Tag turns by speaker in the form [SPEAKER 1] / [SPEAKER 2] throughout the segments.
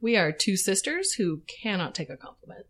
[SPEAKER 1] We are two sisters who cannot take a compliment.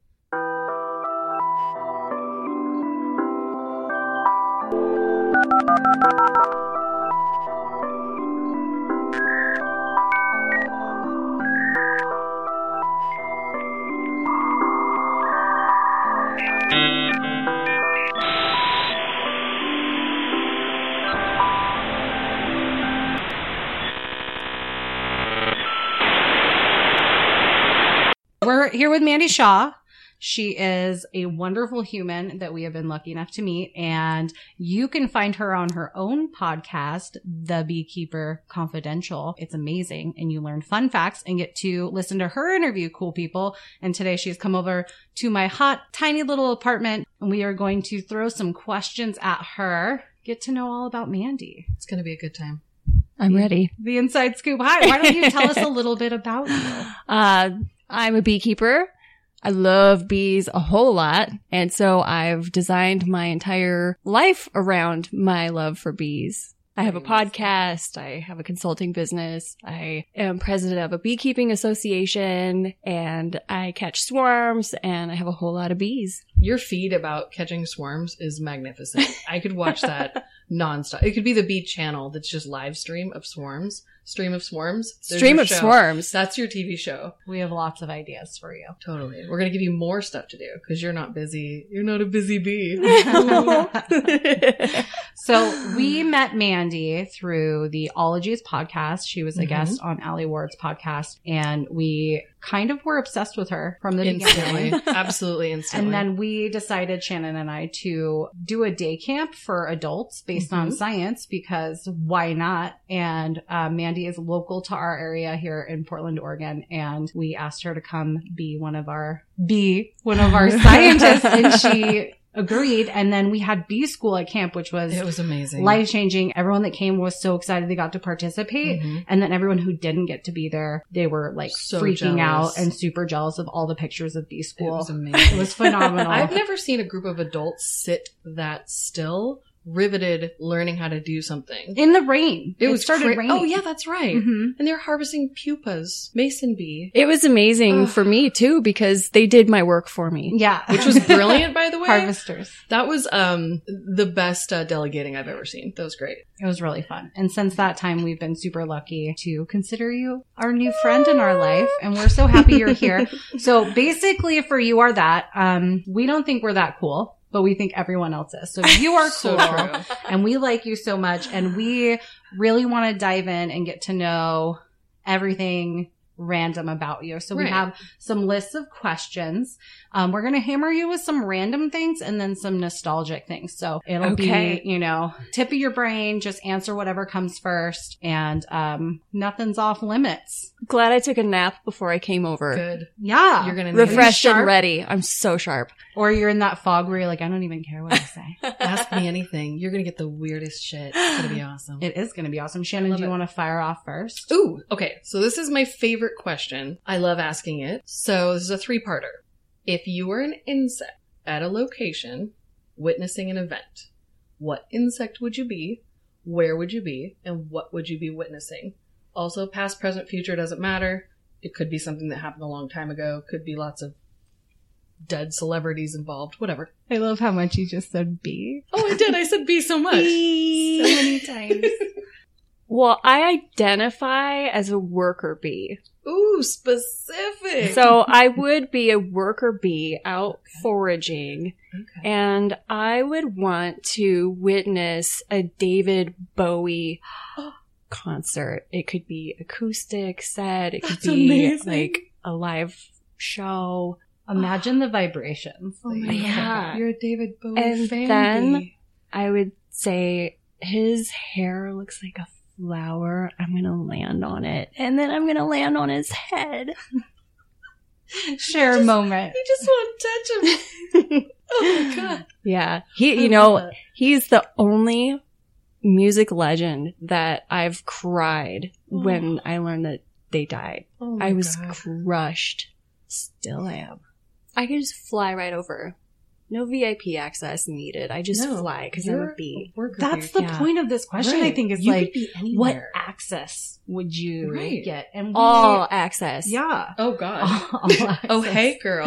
[SPEAKER 2] We're here with Mandy Shaw. She is a wonderful human that we have been lucky enough to meet. And you can find her on her own podcast, The Beekeeper Confidential. It's amazing. And you learn fun facts and get to listen to her interview cool people. And today she's come over to my hot, tiny little apartment. And we are going to throw some questions at her. Get to know all about Mandy.
[SPEAKER 1] It's going to be a good time.
[SPEAKER 3] I'm ready.
[SPEAKER 2] The inside scoop. Hi. Why don't you tell us a little bit about you?
[SPEAKER 3] Uh, I'm a beekeeper. I love bees a whole lot. And so I've designed my entire life around my love for bees. I have a podcast. I have a consulting business. I am president of a beekeeping association and I catch swarms and I have a whole lot of bees.
[SPEAKER 1] Your feed about catching swarms is magnificent. I could watch that nonstop. It could be the Bee Channel that's just live stream of swarms. Stream of swarms. There's
[SPEAKER 3] Stream
[SPEAKER 1] your
[SPEAKER 3] of
[SPEAKER 1] show.
[SPEAKER 3] swarms.
[SPEAKER 1] That's your TV show.
[SPEAKER 2] We have lots of ideas for you.
[SPEAKER 1] Totally. We're going to give you more stuff to do because you're not busy. You're not a busy bee.
[SPEAKER 2] So we met Mandy through the Ologies podcast. She was a guest on Allie Ward's podcast and we kind of were obsessed with her from the
[SPEAKER 1] instantly.
[SPEAKER 2] beginning.
[SPEAKER 1] Absolutely instantly.
[SPEAKER 2] And then we decided, Shannon and I, to do a day camp for adults based on
[SPEAKER 1] Mhm.
[SPEAKER 2] science because why not? And uh, Mandy is local to our area here in Portland, Oregon. And we asked her to come be one of our, be one of our scientists. and she agreed. And then we had B school at camp, which was,
[SPEAKER 1] it was amazing.
[SPEAKER 2] life changing. Everyone that came was so excited they got to participate.
[SPEAKER 1] Mhm.
[SPEAKER 2] And then everyone who didn't get to be there, they were like
[SPEAKER 1] So
[SPEAKER 2] freaking
[SPEAKER 1] jealous.
[SPEAKER 2] out and super jealous of all the pictures of B
[SPEAKER 1] It
[SPEAKER 2] school.
[SPEAKER 1] was amazing.
[SPEAKER 2] It was phenomenal.
[SPEAKER 1] I've never seen a group of adults sit that still, riveted, learning how to do something.
[SPEAKER 2] in the rain. It, was started
[SPEAKER 1] cra-
[SPEAKER 2] raining.
[SPEAKER 1] Oh yeah, that's right.
[SPEAKER 2] Mhm.
[SPEAKER 1] And they're harvesting pupas, mason bee,
[SPEAKER 3] It was amazing
[SPEAKER 1] Ugh.
[SPEAKER 3] for me too because they did my work for me.
[SPEAKER 2] yeah.
[SPEAKER 1] which was brilliant, by the way.
[SPEAKER 2] harvesters.
[SPEAKER 1] That was um the best uh, delegating I've ever seen. That was great.
[SPEAKER 2] It was really fun. And since that time, we've been super lucky to consider you our new friend in our life. And we're so happy you're here. so basically for you are that, um, we don't think we're that cool, but we think everyone else is. So you are
[SPEAKER 1] So
[SPEAKER 2] cool.
[SPEAKER 1] true.
[SPEAKER 2] and we like you so much and we really want to dive in and get to know everything random about you so we
[SPEAKER 1] Right.
[SPEAKER 2] have some lists of questions um, we're gonna hammer you with some random things and then some nostalgic things so it'll
[SPEAKER 3] Okay.
[SPEAKER 2] be you know tip of your brain just answer whatever comes first and um, nothing's off limits
[SPEAKER 3] Glad I took a nap before I came over.
[SPEAKER 1] Good.
[SPEAKER 2] yeah
[SPEAKER 1] You're gonna need it.
[SPEAKER 3] Refreshed
[SPEAKER 2] Sharp.
[SPEAKER 3] and ready. I'm so sharp.
[SPEAKER 2] or you're in that fog where you're like i don't even care what i say
[SPEAKER 1] ask me anything. You're gonna get the weirdest shit. It's gonna be awesome.
[SPEAKER 2] it is gonna be awesome shannon
[SPEAKER 1] Love
[SPEAKER 2] do you
[SPEAKER 1] it.
[SPEAKER 2] want to fire off first
[SPEAKER 1] Ooh, okay. So this is my favorite question. I love asking it. So this is a three parter. If you were an insect at a location witnessing an event, what insect would you be? Where would you be? And what would you be witnessing? Also, past, present, future doesn't matter. It could be something that happened a long time ago, could be lots of dead celebrities involved, whatever.
[SPEAKER 2] i love how much you just said b
[SPEAKER 1] Oh, I did. I said be so much.
[SPEAKER 2] so many times.
[SPEAKER 3] Well, I identify as a worker bee.
[SPEAKER 1] Ooh, specific.
[SPEAKER 3] So I would be a worker bee out foraging
[SPEAKER 1] okay.
[SPEAKER 3] and I would want to witness a David Bowie concert. It could be acoustic set, it could
[SPEAKER 1] That's
[SPEAKER 3] be
[SPEAKER 1] amazing.
[SPEAKER 3] like a live show.
[SPEAKER 2] Imagine the vibrations.
[SPEAKER 1] Oh my
[SPEAKER 3] my
[SPEAKER 1] god.
[SPEAKER 3] God.
[SPEAKER 1] You're a David Bowie
[SPEAKER 3] And
[SPEAKER 1] fan.
[SPEAKER 3] then-
[SPEAKER 1] bee.
[SPEAKER 3] I would say his hair looks like a flower. I'm going to land on it and then I'm going to land on his head.
[SPEAKER 2] Share a
[SPEAKER 1] Just-
[SPEAKER 2] moment.
[SPEAKER 1] You just want to touch him. oh my god.
[SPEAKER 3] Yeah. He, you
[SPEAKER 2] I
[SPEAKER 3] know,
[SPEAKER 2] love
[SPEAKER 1] Oh,
[SPEAKER 2] it.
[SPEAKER 3] He's the only music legend that I've cried
[SPEAKER 1] Oh.
[SPEAKER 3] when I learned that they died.
[SPEAKER 1] Oh my
[SPEAKER 3] I was
[SPEAKER 1] God.
[SPEAKER 3] crushed. Still am. I could just fly right over. No VIP access needed. I just
[SPEAKER 1] No,
[SPEAKER 3] fly because I'm
[SPEAKER 1] you're
[SPEAKER 3] a bee.
[SPEAKER 1] worker
[SPEAKER 2] That's
[SPEAKER 1] bee.
[SPEAKER 2] the
[SPEAKER 3] Yeah.
[SPEAKER 2] point of this question, I
[SPEAKER 1] Right.
[SPEAKER 2] think, is
[SPEAKER 1] You
[SPEAKER 2] like,
[SPEAKER 1] could be
[SPEAKER 2] what
[SPEAKER 1] anywhere.
[SPEAKER 2] access would you
[SPEAKER 1] Right.
[SPEAKER 2] get? And we,
[SPEAKER 3] All access.
[SPEAKER 2] yeah.
[SPEAKER 1] Oh god.
[SPEAKER 2] All,
[SPEAKER 1] Oh,
[SPEAKER 2] access.
[SPEAKER 1] hey, girl.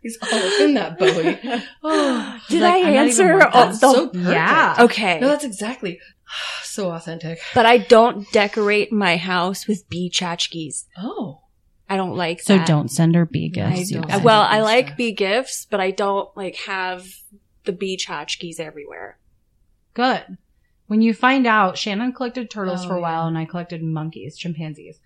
[SPEAKER 1] He's all up in that Bowie. Oh,
[SPEAKER 3] Did
[SPEAKER 2] Like,
[SPEAKER 3] I
[SPEAKER 2] I'm not even
[SPEAKER 3] answer?
[SPEAKER 2] one-
[SPEAKER 3] all-
[SPEAKER 1] that's
[SPEAKER 3] the-
[SPEAKER 1] so perfect.
[SPEAKER 2] Oh, yeah.
[SPEAKER 3] okay.
[SPEAKER 1] No, that's exactly so authentic.
[SPEAKER 3] but I don't decorate my house with bee tchotchkes.
[SPEAKER 1] Oh,
[SPEAKER 3] I don't like
[SPEAKER 2] So
[SPEAKER 3] that.
[SPEAKER 2] don't send her bee
[SPEAKER 1] I
[SPEAKER 2] gifts. you
[SPEAKER 1] don't.
[SPEAKER 3] Uh,
[SPEAKER 2] guys.
[SPEAKER 3] well,
[SPEAKER 1] do
[SPEAKER 3] I
[SPEAKER 1] bee
[SPEAKER 3] like
[SPEAKER 1] stuff.
[SPEAKER 3] bee gifts, but I don't like have the bee tchotchkes everywhere.
[SPEAKER 2] Good. When you find out, Shannon collected turtles
[SPEAKER 1] Oh,
[SPEAKER 2] for a while
[SPEAKER 1] yeah.
[SPEAKER 2] and I collected monkeys, chimpanzees.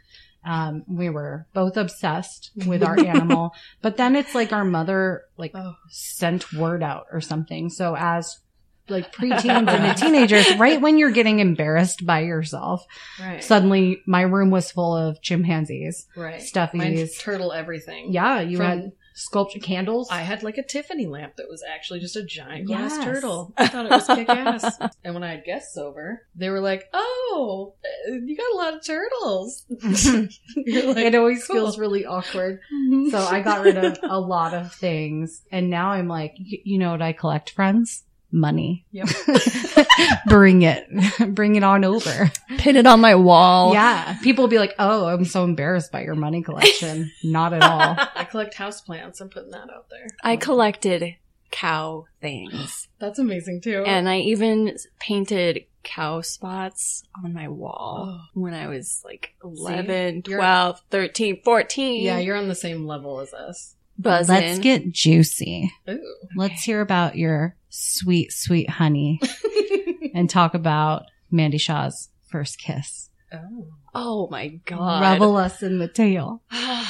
[SPEAKER 2] Um, we were both obsessed with our animal, but then it's like our mother like
[SPEAKER 1] Oh.
[SPEAKER 2] sent word out or something. So as like preteens and the teenagers, right when you're getting embarrassed by yourself,
[SPEAKER 1] right.
[SPEAKER 2] suddenly my room was full of chimpanzees.
[SPEAKER 1] right.
[SPEAKER 2] stuffies.
[SPEAKER 1] Mine turtle everything.
[SPEAKER 2] Yeah, you
[SPEAKER 1] From-
[SPEAKER 2] had sculpted candles.
[SPEAKER 1] I had like a Tiffany lamp that was actually just a giant glass
[SPEAKER 2] Yes.
[SPEAKER 1] turtle. I thought it was kick ass. And when I had guests over, they were like, "Oh, uh, you got a lot of turtles." You're like,
[SPEAKER 2] it always
[SPEAKER 1] "Cool."
[SPEAKER 2] feels really awkward.
[SPEAKER 3] Mm-hmm.
[SPEAKER 2] So I got rid of a lot of things. And now I'm like, y- you know what I collect, friends? Money.
[SPEAKER 1] Yep.
[SPEAKER 2] Bring it. Bring it on over.
[SPEAKER 3] pin it on my wall.
[SPEAKER 2] Yeah. People will be like, oh, I'm so embarrassed by your money collection. Not at all.
[SPEAKER 1] I collect houseplants. I'm putting that out there.
[SPEAKER 3] I collected cow things.
[SPEAKER 1] That's amazing too.
[SPEAKER 3] and I even painted cow spots on my wall
[SPEAKER 1] Oh.
[SPEAKER 3] when I was like 11,
[SPEAKER 1] You're-
[SPEAKER 3] 12, 13, 14.
[SPEAKER 1] yeah, you're on the same level as us.
[SPEAKER 3] buzzing.
[SPEAKER 2] Let's get juicy.
[SPEAKER 1] Ooh.
[SPEAKER 2] Let's hear about your sweet, sweet honey and talk about Mandy Shaw's first kiss.
[SPEAKER 1] oh.
[SPEAKER 3] Oh my god.
[SPEAKER 2] Revel us in the tale.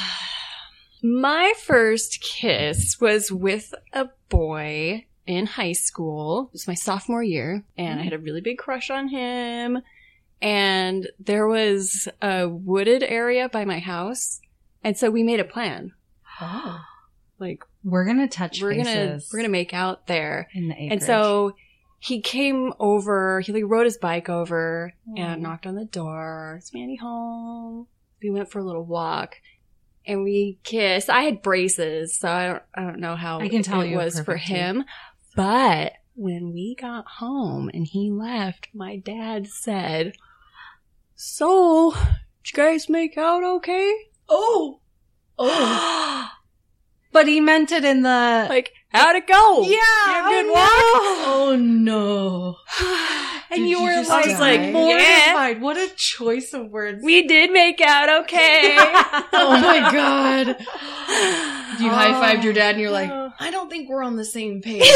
[SPEAKER 3] My first kiss was with a boy in high school. It was my sophomore year, and I had a really big crush on him. And there was a wooded area by my house, and so we made a plan.
[SPEAKER 1] Oh.
[SPEAKER 3] Like
[SPEAKER 2] We're going to touch
[SPEAKER 3] we're gonna
[SPEAKER 2] faces
[SPEAKER 3] we're gonna make out there.
[SPEAKER 2] in the acreage.
[SPEAKER 3] And so he came over. He like rode his bike over
[SPEAKER 2] Aw.
[SPEAKER 3] and knocked on the door. Is Mandy home? We went for a little walk, and we kissed. I had braces, so I don't I don't know how
[SPEAKER 2] I can tell
[SPEAKER 3] it
[SPEAKER 2] you have
[SPEAKER 3] was for
[SPEAKER 2] perfect teeth.
[SPEAKER 3] him. But when we got home and he left, my dad said, "So, did you guys make out okay?"
[SPEAKER 1] Oh. Oh.
[SPEAKER 2] But he meant it in the
[SPEAKER 3] like, how'd it go?
[SPEAKER 2] Yeah,
[SPEAKER 3] you have a good
[SPEAKER 1] Oh no.
[SPEAKER 3] walk.
[SPEAKER 2] and
[SPEAKER 1] Did
[SPEAKER 2] you
[SPEAKER 1] you
[SPEAKER 2] were
[SPEAKER 1] just
[SPEAKER 2] like,
[SPEAKER 3] die?
[SPEAKER 2] mortified. What a choice of words.
[SPEAKER 3] We did make out okay.
[SPEAKER 1] Oh my god. You high fived your dad and you're like,
[SPEAKER 3] Oh.
[SPEAKER 1] I don't think we're on the same page,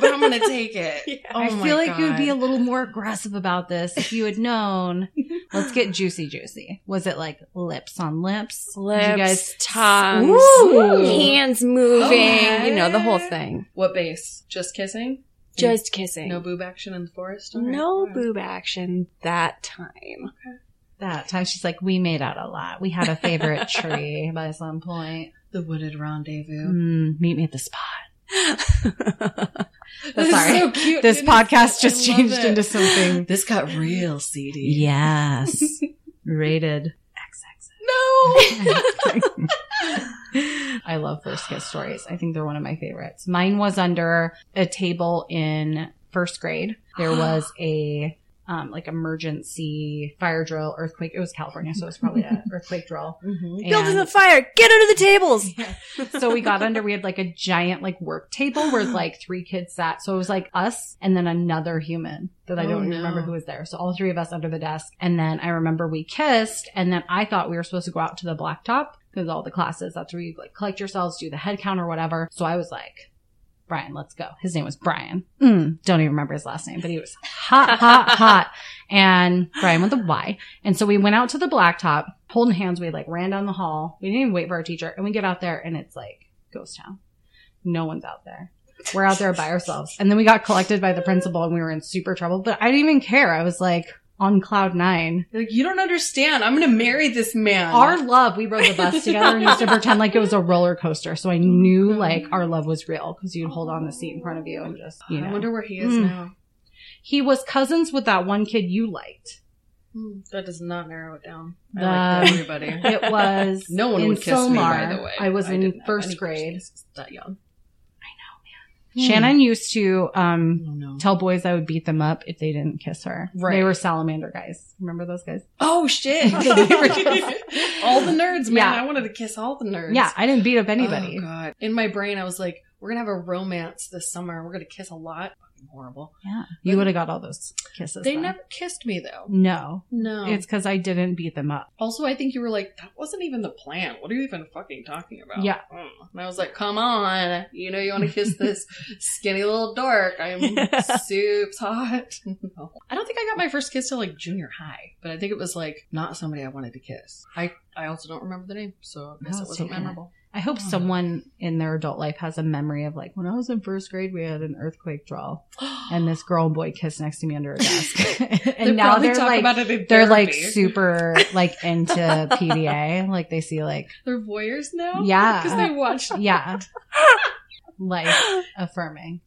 [SPEAKER 1] but I'm gonna take it. Oh
[SPEAKER 2] I
[SPEAKER 1] my
[SPEAKER 2] feel like you would be a
[SPEAKER 1] God.
[SPEAKER 2] little more aggressive about this if you had known. Let's get juicy, juicy. Was it like lips on lips? Did
[SPEAKER 3] Lips,
[SPEAKER 2] You guys,
[SPEAKER 3] tongues,
[SPEAKER 2] Ooh.
[SPEAKER 3] hands moving,
[SPEAKER 1] Oh,
[SPEAKER 3] you know, the whole
[SPEAKER 1] yeah.
[SPEAKER 3] thing.
[SPEAKER 1] What base? Just kissing?
[SPEAKER 3] Just kissing.
[SPEAKER 1] No boob action in the forest? All right, all
[SPEAKER 3] No
[SPEAKER 1] right.
[SPEAKER 3] boob action that time.
[SPEAKER 2] that time she's like, we made out a lot. We had a favorite tree by some point.
[SPEAKER 1] The wooded rendezvous.
[SPEAKER 2] Mm, meet me at the spot.
[SPEAKER 1] This
[SPEAKER 2] Sorry.
[SPEAKER 1] is so cute.
[SPEAKER 2] This
[SPEAKER 1] It is-
[SPEAKER 2] podcast
[SPEAKER 1] I
[SPEAKER 2] just
[SPEAKER 1] love
[SPEAKER 2] changed
[SPEAKER 1] it.
[SPEAKER 2] into something.
[SPEAKER 1] This got real seedy.
[SPEAKER 2] Yes. Rated.
[SPEAKER 1] No.
[SPEAKER 2] I love first kiss stories. I think they're one of my favorites. Mine was under a table in first grade. There was a um, like emergency fire drill, earthquake. It was California, so it was probably an earthquake drill.
[SPEAKER 1] Mm-hmm.
[SPEAKER 3] Building's
[SPEAKER 2] And-
[SPEAKER 3] on fire. Get under the tables.
[SPEAKER 2] so we got under, we had like a giant like work table where like three kids sat. So it was like us and then another human that I
[SPEAKER 1] Oh,
[SPEAKER 2] don't
[SPEAKER 1] no.
[SPEAKER 2] remember who was there. So all three of us under the desk. And then I remember we kissed and then I thought we were supposed to go out to the blacktop because all the classes, that's where you like collect yourselves, do the head count or whatever. So I was like, Brian, let's go. His name was Brian. Mm, don't even remember his last name, but he was hot, hot, hot. And Brian with a Y. And so we went out to the blacktop, holding hands. We like ran down the hall. We didn't even wait for our teacher. And we get out there and it's like ghost town. No one's out there. We're out there by ourselves. And then we got collected by the principal and we were in super trouble, but I didn't even care. I was like on cloud nine.
[SPEAKER 1] You're Like, you don't understand. I'm going to marry this man.
[SPEAKER 2] Our love, we rode the bus together and used to pretend like it was a roller coaster. So I knew like our love was real because you'd hold on the seat in front of you and just, you
[SPEAKER 1] I
[SPEAKER 2] know.
[SPEAKER 1] wonder where he is
[SPEAKER 2] Mm.
[SPEAKER 1] now.
[SPEAKER 2] He was cousins with that one kid you liked. Hmm.
[SPEAKER 1] That does not narrow it down. I
[SPEAKER 2] The-
[SPEAKER 1] like everybody.
[SPEAKER 2] It was
[SPEAKER 1] No one
[SPEAKER 2] in
[SPEAKER 1] would kiss me, by
[SPEAKER 2] Solar.
[SPEAKER 1] the way.
[SPEAKER 2] I was
[SPEAKER 1] didn't
[SPEAKER 2] in
[SPEAKER 1] have any
[SPEAKER 2] first grade.
[SPEAKER 1] kisses That young. Hmm.
[SPEAKER 2] Shannon used to um,
[SPEAKER 1] Oh, no.
[SPEAKER 2] tell boys I would beat them up if they didn't kiss her.
[SPEAKER 1] Right.
[SPEAKER 2] They were salamander guys. Remember those guys?
[SPEAKER 1] Oh, shit. all the nerds, man.
[SPEAKER 2] Yeah.
[SPEAKER 1] I wanted to kiss all the nerds.
[SPEAKER 2] Yeah, I didn't beat up anybody.
[SPEAKER 1] Oh, God. In my brain, I was like, we're going to have a romance this summer. We're going to kiss a lot. Fucking horrible.
[SPEAKER 2] yeah, you would have got all those kisses.
[SPEAKER 1] They
[SPEAKER 2] though.
[SPEAKER 1] never Oh. kissed me, though.
[SPEAKER 2] No,
[SPEAKER 1] No.
[SPEAKER 2] Mm. it's because I didn't beat them up.
[SPEAKER 1] also, I think you were like, that wasn't even the plan. What are you even fucking talking about?
[SPEAKER 2] Yeah.
[SPEAKER 1] Mm. And I was like, come on. You know, you want to kiss this skinny little dork. I'm soups hot. No. I don't think I got my first kiss till like junior high, but I think it was like not somebody I wanted to kiss. I, I also don't remember the name, so I guess
[SPEAKER 2] I
[SPEAKER 1] it
[SPEAKER 2] was
[SPEAKER 1] wasn't
[SPEAKER 2] taking it.
[SPEAKER 1] memorable.
[SPEAKER 2] I hope
[SPEAKER 1] Oh.
[SPEAKER 2] someone in their adult life has a memory of like when I was in first grade, we had an earthquake draw, and this girl and boy kissed next to me under a desk, and now
[SPEAKER 1] probably
[SPEAKER 2] they're
[SPEAKER 1] talk
[SPEAKER 2] like.
[SPEAKER 1] about it in
[SPEAKER 2] they're like
[SPEAKER 1] therapy.
[SPEAKER 2] super like into PDA. Like they see like
[SPEAKER 1] They're voyeurs now?
[SPEAKER 2] Yeah.
[SPEAKER 1] Because Oh, they watched.
[SPEAKER 2] yeah life affirming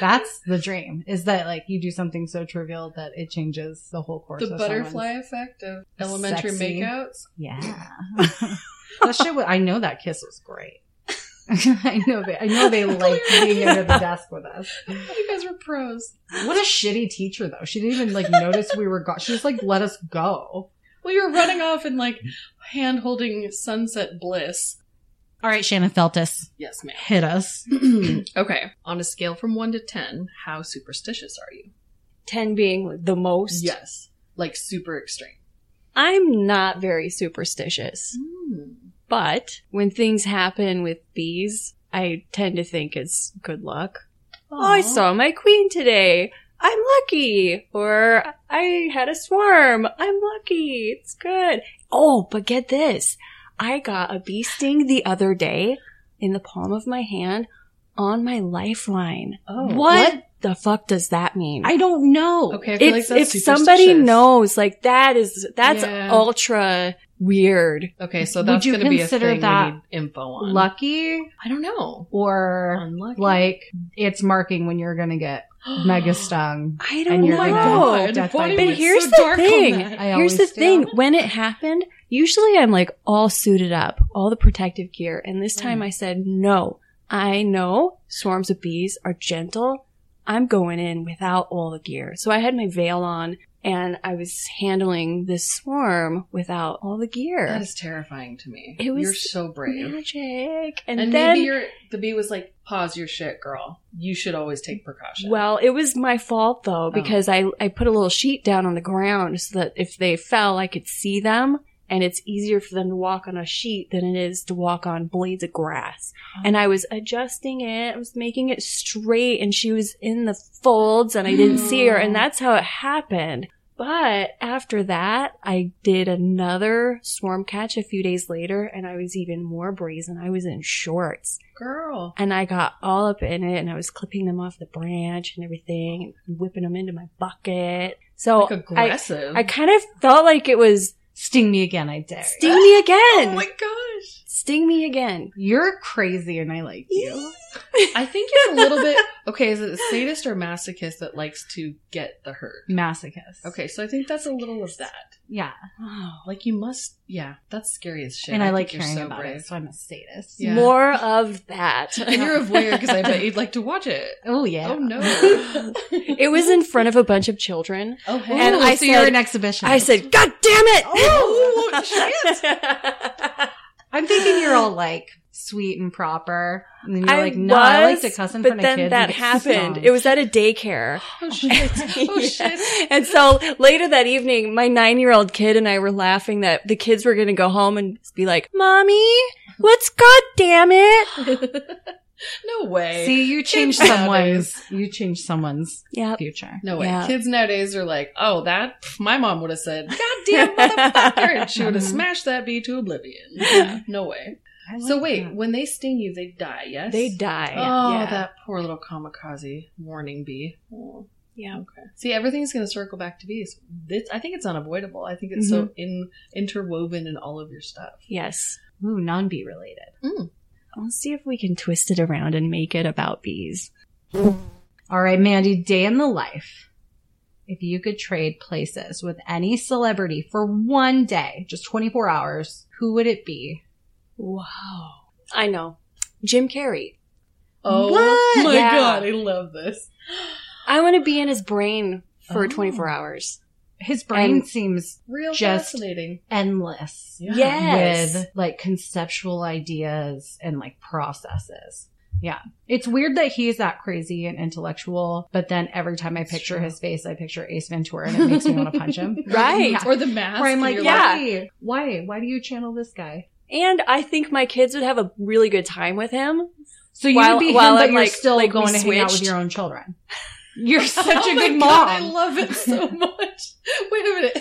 [SPEAKER 2] that's the dream is that like you do something so trivial that it changes the whole course
[SPEAKER 1] The
[SPEAKER 2] of
[SPEAKER 1] butterfly
[SPEAKER 2] someone's-
[SPEAKER 1] effect of elementary
[SPEAKER 2] Sexy.
[SPEAKER 1] makeouts.
[SPEAKER 2] yeah that shit was, i know that kiss was great i know they i know they like being under the desk with us
[SPEAKER 1] You guys were pros.
[SPEAKER 2] what a shitty teacher though she didn't even like notice we were gone she just like let us go
[SPEAKER 1] Well, you were running off in like hand holding sunset bliss.
[SPEAKER 2] all right shannon feltus
[SPEAKER 1] Yes,
[SPEAKER 2] hit us
[SPEAKER 1] ma'am. okay. On a scale from one to ten, how superstitious are you?
[SPEAKER 3] 10 being the most.
[SPEAKER 1] Yes. Like super extreme.
[SPEAKER 3] I'm not very superstitious.
[SPEAKER 1] Mm-hmm.
[SPEAKER 3] But when things happen with bees, I tend to think it's good luck. Oh, I
[SPEAKER 1] Aw.
[SPEAKER 3] saw my queen today. I'm lucky. Or I had a swarm. I'm lucky. It's good. Oh, but get this. I got a bee sting the other day in the palm of my hand on my lifeline.
[SPEAKER 1] Oh.
[SPEAKER 3] what the fuck does that mean?
[SPEAKER 2] i don't know
[SPEAKER 1] Okay. I feel
[SPEAKER 3] it's,
[SPEAKER 1] like that's
[SPEAKER 3] if somebody
[SPEAKER 1] superstitious.
[SPEAKER 3] knows, like that is that's
[SPEAKER 1] Yeah.
[SPEAKER 3] ultra weird.
[SPEAKER 1] Okay, so
[SPEAKER 2] Would
[SPEAKER 1] that's
[SPEAKER 2] you
[SPEAKER 1] going to be a
[SPEAKER 2] consider
[SPEAKER 1] thing
[SPEAKER 2] that
[SPEAKER 1] we need info on.
[SPEAKER 2] lucky
[SPEAKER 1] I don't know.
[SPEAKER 2] or
[SPEAKER 1] Unlucky.
[SPEAKER 2] like it's marking when you're gonna get mega stung.
[SPEAKER 3] I
[SPEAKER 2] And
[SPEAKER 3] don't
[SPEAKER 2] you're
[SPEAKER 3] know.
[SPEAKER 2] like,
[SPEAKER 1] oh my
[SPEAKER 2] Death
[SPEAKER 1] Oh god,
[SPEAKER 2] by
[SPEAKER 1] Bonnie
[SPEAKER 2] Bee.
[SPEAKER 3] but
[SPEAKER 1] went
[SPEAKER 3] here's
[SPEAKER 1] so
[SPEAKER 3] the
[SPEAKER 1] dark on
[SPEAKER 3] thing.
[SPEAKER 1] that.
[SPEAKER 2] I
[SPEAKER 3] Here's the
[SPEAKER 2] always
[SPEAKER 3] thing.
[SPEAKER 2] do.
[SPEAKER 3] When it happened, usually I'm like all suited up, all the protective gear, and this time I said no. I know swarms of bees are gentle. I'm going in without all the gear. So I had my veil on and I was handling this swarm without all the gear.
[SPEAKER 1] That is terrifying to me.
[SPEAKER 3] It was
[SPEAKER 1] you're so brave.
[SPEAKER 3] Magic. And,
[SPEAKER 1] And,
[SPEAKER 3] then
[SPEAKER 1] maybe your the bee was like, "Pause your shit, girl. You should always take precaution."
[SPEAKER 3] Well, it was my fault though, because I, I put a little sheet down on the ground so that if they fell, I could see them. And it's easier for them to walk on a sheet than it is to walk on blades of grass. And I was adjusting it, I was making it straight, and she was in the folds, and I didn't see her. And that's how it happened. But after that, I did another swarm catch a few days later, and I was even more brazen. I was in shorts.
[SPEAKER 1] girl,
[SPEAKER 3] And I got all up in it and I was clipping them off the branch and everything and whipping them into my bucket. So
[SPEAKER 1] like aggressive.
[SPEAKER 3] I, I kind of felt like it was
[SPEAKER 2] Sting me again, I dare. you.
[SPEAKER 3] sting me
[SPEAKER 1] oh
[SPEAKER 3] again.
[SPEAKER 1] my gosh!
[SPEAKER 3] sting me again.
[SPEAKER 2] You're crazy and I like you.
[SPEAKER 1] I think it's a little bit okay. Is it a sadist or masochist that likes to get the herd?
[SPEAKER 2] Masochist.
[SPEAKER 1] Okay, so I think that's a little of that.
[SPEAKER 2] Yeah.
[SPEAKER 1] Like you must, yeah, that's scary as shit.
[SPEAKER 2] and I,
[SPEAKER 1] think
[SPEAKER 2] like
[SPEAKER 1] you're
[SPEAKER 2] hearing
[SPEAKER 1] so
[SPEAKER 2] about
[SPEAKER 1] brave.
[SPEAKER 2] it, so I'm a sadist.
[SPEAKER 1] Yeah.
[SPEAKER 3] More of that.
[SPEAKER 1] And you're a voyeur because I bet you'd like to watch it.
[SPEAKER 2] Oh yeah.
[SPEAKER 1] Oh no.
[SPEAKER 3] It was in front of a bunch of children.
[SPEAKER 1] oh hey.
[SPEAKER 3] And
[SPEAKER 2] Ooh,
[SPEAKER 3] I
[SPEAKER 2] so you're
[SPEAKER 3] said-
[SPEAKER 2] an exhibitionist.
[SPEAKER 3] I said, God damn it!
[SPEAKER 1] Oh, shit.
[SPEAKER 2] I'm thinking you're all like sweet and proper. And then you're
[SPEAKER 3] I
[SPEAKER 2] like, no, I like
[SPEAKER 3] was,
[SPEAKER 2] to cuss in
[SPEAKER 3] but
[SPEAKER 2] front of
[SPEAKER 3] then
[SPEAKER 2] kids. and
[SPEAKER 3] that
[SPEAKER 2] get
[SPEAKER 3] happened.
[SPEAKER 2] stoned.
[SPEAKER 3] It was at a daycare.
[SPEAKER 1] Oh shit. Oh shit.
[SPEAKER 3] Yeah. And so later that evening, my nine year old kid and I were laughing that the kids were going to go home and be like, Mommy, what's God damn it?
[SPEAKER 1] No way.
[SPEAKER 2] See, you change
[SPEAKER 1] Kids
[SPEAKER 2] someone's.
[SPEAKER 1] nowadays.
[SPEAKER 2] You change someone's
[SPEAKER 3] Yeah.
[SPEAKER 2] future.
[SPEAKER 1] no way.
[SPEAKER 3] Yeah.
[SPEAKER 1] Kids nowadays are like, oh, that, pff, my mom would have said, goddamn motherfucker. And she would have
[SPEAKER 2] Mhm.
[SPEAKER 1] smashed that bee to oblivion. No way. So wait, when they sting you, they die, yes?
[SPEAKER 3] They die.
[SPEAKER 1] Oh,
[SPEAKER 3] yeah.
[SPEAKER 1] that poor little kamikaze warning bee. Oh.
[SPEAKER 3] Yeah.
[SPEAKER 1] Okay. See, everything's going to circle back to bees. This, I think it's unavoidable. I think it's
[SPEAKER 2] Mm-hmm.
[SPEAKER 1] so in, interwoven in all of your stuff.
[SPEAKER 3] Yes.
[SPEAKER 2] Ooh, non-bee related.
[SPEAKER 1] Mm.
[SPEAKER 3] Let's see if we can twist it around and make it about bees.
[SPEAKER 2] All right, Mandy, day in the life. If you could trade places with any celebrity for one day, just 24 hours, who would it be?
[SPEAKER 3] Wow. I know. Jim Carrey.
[SPEAKER 1] Oh
[SPEAKER 2] What?
[SPEAKER 1] my
[SPEAKER 3] Yeah.
[SPEAKER 1] god, I love this.
[SPEAKER 3] I want to be in his brain for
[SPEAKER 2] Oh.
[SPEAKER 3] 24 hours.
[SPEAKER 2] His brain
[SPEAKER 3] And-
[SPEAKER 2] seems
[SPEAKER 1] Real
[SPEAKER 2] Just-
[SPEAKER 1] fascinating.
[SPEAKER 2] endless
[SPEAKER 1] Yeah.
[SPEAKER 3] Yes.
[SPEAKER 2] with like conceptual ideas and like processes. Yeah. It's weird that he is that crazy and intellectual, but then every time I
[SPEAKER 1] It's
[SPEAKER 2] picture
[SPEAKER 1] true.
[SPEAKER 2] his face, I picture Ace Ventura and it makes me want to punch him.
[SPEAKER 3] Right.
[SPEAKER 2] Yeah.
[SPEAKER 1] Or the mask.
[SPEAKER 2] Or I'm
[SPEAKER 1] and
[SPEAKER 2] like,
[SPEAKER 1] you're
[SPEAKER 3] yeah.
[SPEAKER 2] why? Why? Why do you channel this guy?
[SPEAKER 3] And I think my kids would have a really good time with him.
[SPEAKER 2] So you
[SPEAKER 3] While-
[SPEAKER 2] would be him,
[SPEAKER 3] while
[SPEAKER 2] but
[SPEAKER 3] I'm,
[SPEAKER 2] you're
[SPEAKER 3] like-
[SPEAKER 2] still
[SPEAKER 3] like, we
[SPEAKER 2] going to hang out with
[SPEAKER 3] switched.
[SPEAKER 2] your own children. You're such
[SPEAKER 1] Oh
[SPEAKER 2] a
[SPEAKER 1] my
[SPEAKER 2] good
[SPEAKER 1] God, I
[SPEAKER 2] mom.
[SPEAKER 1] love it so much. Wait a minute.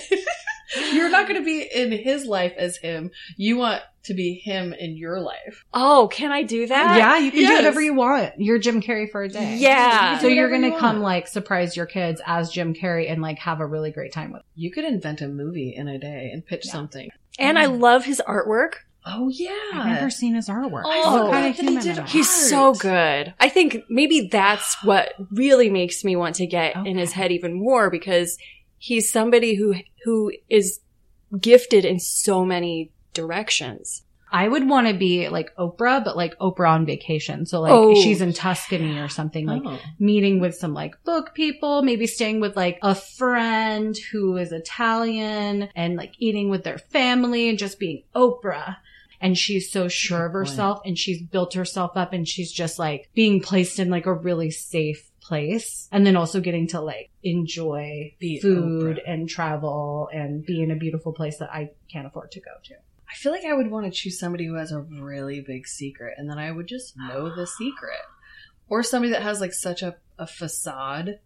[SPEAKER 1] You're not going to be in his life as him. You want to be him in your life.
[SPEAKER 3] Oh, can I do that?
[SPEAKER 2] yeah, you can do
[SPEAKER 1] Yes.
[SPEAKER 2] whatever you want. You're Jim Carrey for a day.
[SPEAKER 3] Yeah.
[SPEAKER 2] So you're
[SPEAKER 1] whatever
[SPEAKER 2] gonna
[SPEAKER 1] you
[SPEAKER 2] come
[SPEAKER 1] want.
[SPEAKER 2] like surprise your kids as Jim Carrey and like have a really great time with.
[SPEAKER 1] You could invent a movie in a day and pitch something.
[SPEAKER 3] And I love his artwork.
[SPEAKER 1] Oh yeah.
[SPEAKER 2] Them. I've never seen his artwork.
[SPEAKER 1] Oh,
[SPEAKER 2] What kind
[SPEAKER 1] I
[SPEAKER 2] of
[SPEAKER 1] forgot that he
[SPEAKER 2] human
[SPEAKER 1] did
[SPEAKER 2] am I?
[SPEAKER 3] He's so
[SPEAKER 1] Art.
[SPEAKER 3] good. I think maybe that's what really makes me want to get in his
[SPEAKER 2] Okay.
[SPEAKER 3] head even more because he's somebody who who is gifted in so many directions.
[SPEAKER 2] I would want to be like Oprah, but like Oprah on vacation. So like
[SPEAKER 3] Oh.
[SPEAKER 2] she's in Tuscany or something, like
[SPEAKER 1] Oh.
[SPEAKER 2] meeting with some like book people, maybe staying with like a friend who is Italian and like eating with their family and just being Oprah. And she's so sure of
[SPEAKER 1] Good point.
[SPEAKER 2] herself and she's built herself up and she's just like being placed in like a really safe place and then also getting to like enjoy
[SPEAKER 1] Be
[SPEAKER 2] food
[SPEAKER 1] Oprah.
[SPEAKER 2] and travel and be in a beautiful place that I can't afford to go to.
[SPEAKER 1] I feel like I would want to choose somebody who has a really big secret, and then I would just know the secret, or somebody that has like such a, a facade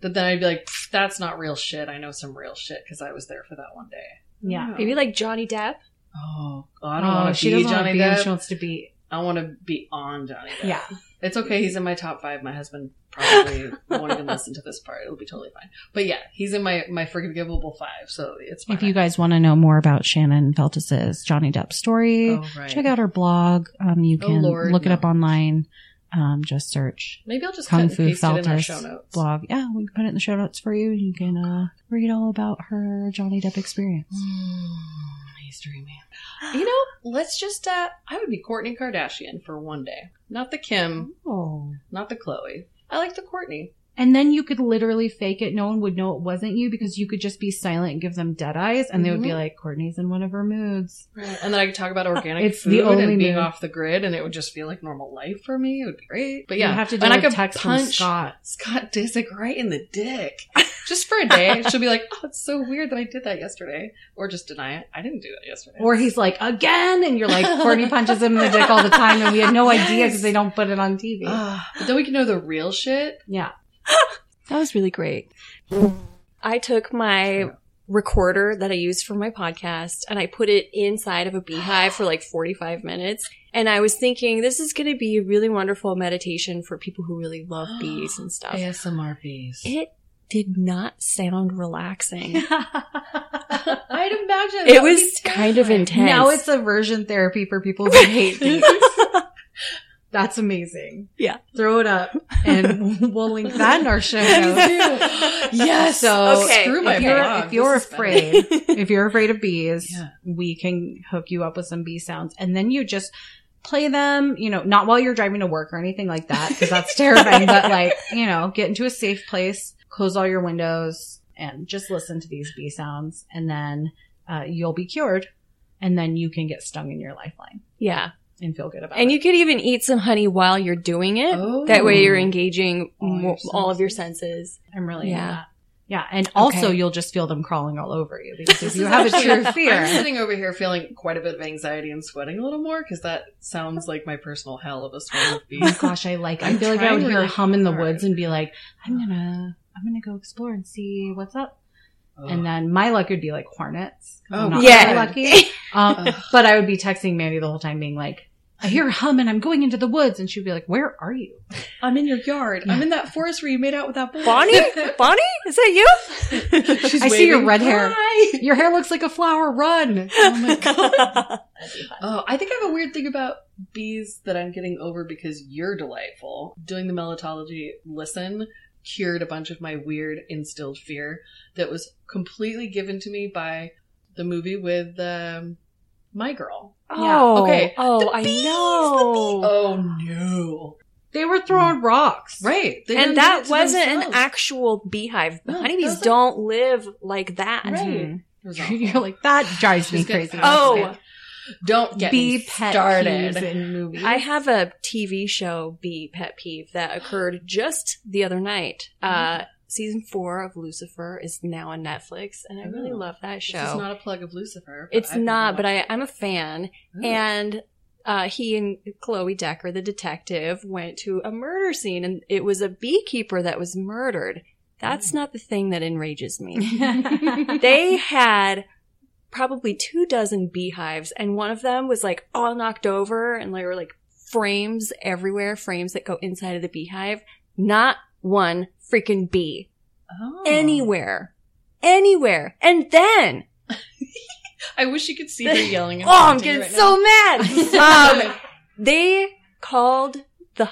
[SPEAKER 1] that then I'd be like, "Pff, "That's not real shit." I know some real shit because I was there for that one day.
[SPEAKER 2] Yeah.
[SPEAKER 3] Maybe like Johnny Depp.
[SPEAKER 1] Oh, I don't
[SPEAKER 2] Oh,
[SPEAKER 1] want to be
[SPEAKER 2] wanna
[SPEAKER 1] Johnny
[SPEAKER 2] him.
[SPEAKER 1] Depp.
[SPEAKER 2] She wants to be.
[SPEAKER 1] I want to be on Johnny Depp.
[SPEAKER 2] Yeah.
[SPEAKER 1] It's okay. He's in my top five. My husband probably won't even listen to this part. It'll be totally fine. But yeah, he's in my my forgivable five, so it's fine.
[SPEAKER 2] If you guys want to know more about Shannon Feltus's Johnny Depp story,
[SPEAKER 1] oh, right.
[SPEAKER 2] check out her blog. Um, you
[SPEAKER 1] Oh,
[SPEAKER 2] can
[SPEAKER 1] Lord,
[SPEAKER 2] look it
[SPEAKER 1] no.
[SPEAKER 2] up online. Um, just search
[SPEAKER 1] Maybe I'll just cut
[SPEAKER 2] Kung
[SPEAKER 1] and
[SPEAKER 2] Fu
[SPEAKER 1] paste it in our
[SPEAKER 2] Feltus
[SPEAKER 1] show notes.
[SPEAKER 2] blog. Yeah, we can put it in the show notes for you. You can uh, read all about her Johnny Depp experience.
[SPEAKER 1] Mm, He's dreamy. You know, let's just uh I would be Courtney Kardashian for one day. Not the Kim,
[SPEAKER 2] Oh.
[SPEAKER 1] not the Chloe. I like the Courtney.
[SPEAKER 2] And then you could literally fake it. No one would know it wasn't you because you could just be silent and give them dead eyes, and they would be
[SPEAKER 1] Mhm.
[SPEAKER 2] like, "Courtney's in one of her moods."
[SPEAKER 1] And then I could talk about organic
[SPEAKER 2] It's
[SPEAKER 1] food
[SPEAKER 2] the only
[SPEAKER 1] and being
[SPEAKER 2] move.
[SPEAKER 1] off the grid and it would just feel like normal life for me. It would be great. But
[SPEAKER 2] you
[SPEAKER 1] yeah,
[SPEAKER 2] have to do
[SPEAKER 1] and
[SPEAKER 2] a
[SPEAKER 1] I could
[SPEAKER 2] text from
[SPEAKER 1] punch
[SPEAKER 2] Scott.
[SPEAKER 1] Scott Disick right in the dick. Just for a day. She'll be like, Oh, it's so weird that I did that yesterday. Or just deny it. I didn't do that yesterday.
[SPEAKER 2] Or he's like, again. And you're like, Courtney punches him in the dick all the time. And we had no idea because they don't put it on TV.
[SPEAKER 1] Ah, but then we can know the real shit.
[SPEAKER 2] yeah.
[SPEAKER 3] That was really great. I took my recorder that I used for my podcast and I put it inside of a beehive for like 45 minutes. And I was thinking this is going to be a really wonderful meditation for people who really love bees and stuff.
[SPEAKER 1] ASMR bees.
[SPEAKER 3] It did not sound relaxing.
[SPEAKER 1] I'd imagine
[SPEAKER 3] it
[SPEAKER 1] that would
[SPEAKER 3] was
[SPEAKER 1] be
[SPEAKER 3] kind of
[SPEAKER 1] terrifying.
[SPEAKER 3] intense.
[SPEAKER 2] now it's aversion therapy for people who hate bees. That's amazing.
[SPEAKER 3] Yeah.
[SPEAKER 2] Throw it up and we'll link that in our show notes.
[SPEAKER 1] yes.
[SPEAKER 2] So
[SPEAKER 3] Okay,
[SPEAKER 1] Screw my
[SPEAKER 2] if you're,
[SPEAKER 1] blog.
[SPEAKER 2] if you're
[SPEAKER 1] This is better.
[SPEAKER 2] afraid, if you're afraid of bees,
[SPEAKER 1] Yeah.
[SPEAKER 2] we can hook you up with some bee sounds and then you just play them, you know, not while you're driving to work or anything like that because that's terrifying, but like, you know, get into a safe place, close all your windows and just listen to these bee sounds and then uh, you'll be cured and then you can get stung in your lifeline
[SPEAKER 3] Yeah.
[SPEAKER 2] and feel good about
[SPEAKER 3] And
[SPEAKER 2] it.
[SPEAKER 3] you could even eat some honey while you're doing it.
[SPEAKER 1] Oh.
[SPEAKER 3] That way you're engaging
[SPEAKER 2] All your
[SPEAKER 3] mo- all of your senses.
[SPEAKER 2] I'm really yeah.
[SPEAKER 3] Yeah.
[SPEAKER 2] that. Yeah. And also
[SPEAKER 3] Okay.
[SPEAKER 2] you'll just feel them crawling all over you because if
[SPEAKER 1] This
[SPEAKER 2] you
[SPEAKER 1] is
[SPEAKER 2] have a true
[SPEAKER 1] actually- I'm
[SPEAKER 2] fear.
[SPEAKER 1] sitting over here feeling quite a bit of anxiety and sweating a little more because that sounds like my personal hell of a swarm of
[SPEAKER 2] Oh my
[SPEAKER 1] bees.
[SPEAKER 2] gosh, I like. I
[SPEAKER 1] I'm
[SPEAKER 2] feel like I
[SPEAKER 1] trying
[SPEAKER 2] would hear
[SPEAKER 1] really
[SPEAKER 2] hum in the
[SPEAKER 1] hard.
[SPEAKER 2] woods and be like, I'm gonna, I'm gonna go explore and see what's up.
[SPEAKER 1] Ugh.
[SPEAKER 2] And then my luck would be like hornets. 'cause
[SPEAKER 1] Oh,
[SPEAKER 2] I'm not
[SPEAKER 3] yeah.
[SPEAKER 2] very lucky. Um,
[SPEAKER 1] Ugh.
[SPEAKER 2] but I would be texting Mandy the whole time, being like, I hear a hum and I'm going into the woods, and she'd be like, Where are you?
[SPEAKER 1] I'm in your yard. I'm in that forest where you made out with that boy.
[SPEAKER 3] Bonnie? Bonnie? Is that you?
[SPEAKER 1] She's
[SPEAKER 2] I see your
[SPEAKER 1] waving.
[SPEAKER 2] red hair.
[SPEAKER 1] Hi.
[SPEAKER 2] Your hair looks like a flower. Run! Oh my god.
[SPEAKER 1] Oh, I think I have a weird thing about bees that I'm getting over because you're delightful. Doing the melotology listen cured a bunch of my weird instilled fear that was completely given to me by the movie with um, my girl.
[SPEAKER 3] Oh,
[SPEAKER 1] Okay.
[SPEAKER 3] Oh,
[SPEAKER 1] The
[SPEAKER 3] I
[SPEAKER 1] bees,
[SPEAKER 3] know.
[SPEAKER 1] Oh no!
[SPEAKER 2] they were throwing rocks.
[SPEAKER 1] Mm. Right, They didn't do
[SPEAKER 3] and that
[SPEAKER 1] it to
[SPEAKER 3] wasn't an
[SPEAKER 1] themselves.
[SPEAKER 3] actual beehive.
[SPEAKER 1] No,
[SPEAKER 3] Honeybees
[SPEAKER 1] those are-
[SPEAKER 3] don't live like that.
[SPEAKER 1] Right.
[SPEAKER 3] Mhm.
[SPEAKER 1] It was awful.
[SPEAKER 2] You're like Mm-hmm. that drives me
[SPEAKER 1] She's gonna
[SPEAKER 2] crazy.
[SPEAKER 1] pass
[SPEAKER 3] Oh.
[SPEAKER 1] it. don't get
[SPEAKER 2] Bee
[SPEAKER 1] me
[SPEAKER 2] pet
[SPEAKER 1] started.
[SPEAKER 2] peeves in movies.
[SPEAKER 3] I have a TV show bee pet peeve that occurred just the other night.
[SPEAKER 1] Mm-hmm.
[SPEAKER 3] Uh, season four of Lucifer is now on Netflix, and I really
[SPEAKER 1] Ooh.
[SPEAKER 3] love that show.
[SPEAKER 1] Oh, This is not a plug of Lucifer. but
[SPEAKER 3] it's
[SPEAKER 1] I've
[SPEAKER 3] not, but
[SPEAKER 1] watched
[SPEAKER 3] I,
[SPEAKER 1] it.
[SPEAKER 3] I'm a fan.
[SPEAKER 1] Ooh.
[SPEAKER 3] And uh, he and Chloe Decker, the detective, went to a murder scene, and it was a beekeeper that was murdered. That's
[SPEAKER 1] Mm.
[SPEAKER 3] not the thing that enrages me. they had probably two dozen beehives, and one of them was like all knocked over, and there were like frames everywhere, frames that go inside of the beehive. Not one freaking bee
[SPEAKER 1] Oh.
[SPEAKER 3] anywhere, anywhere. And then,
[SPEAKER 1] I wish you could see her yelling. in
[SPEAKER 3] oh, I'm
[SPEAKER 1] front of you
[SPEAKER 3] getting
[SPEAKER 1] right now.
[SPEAKER 3] so mad. um, they called the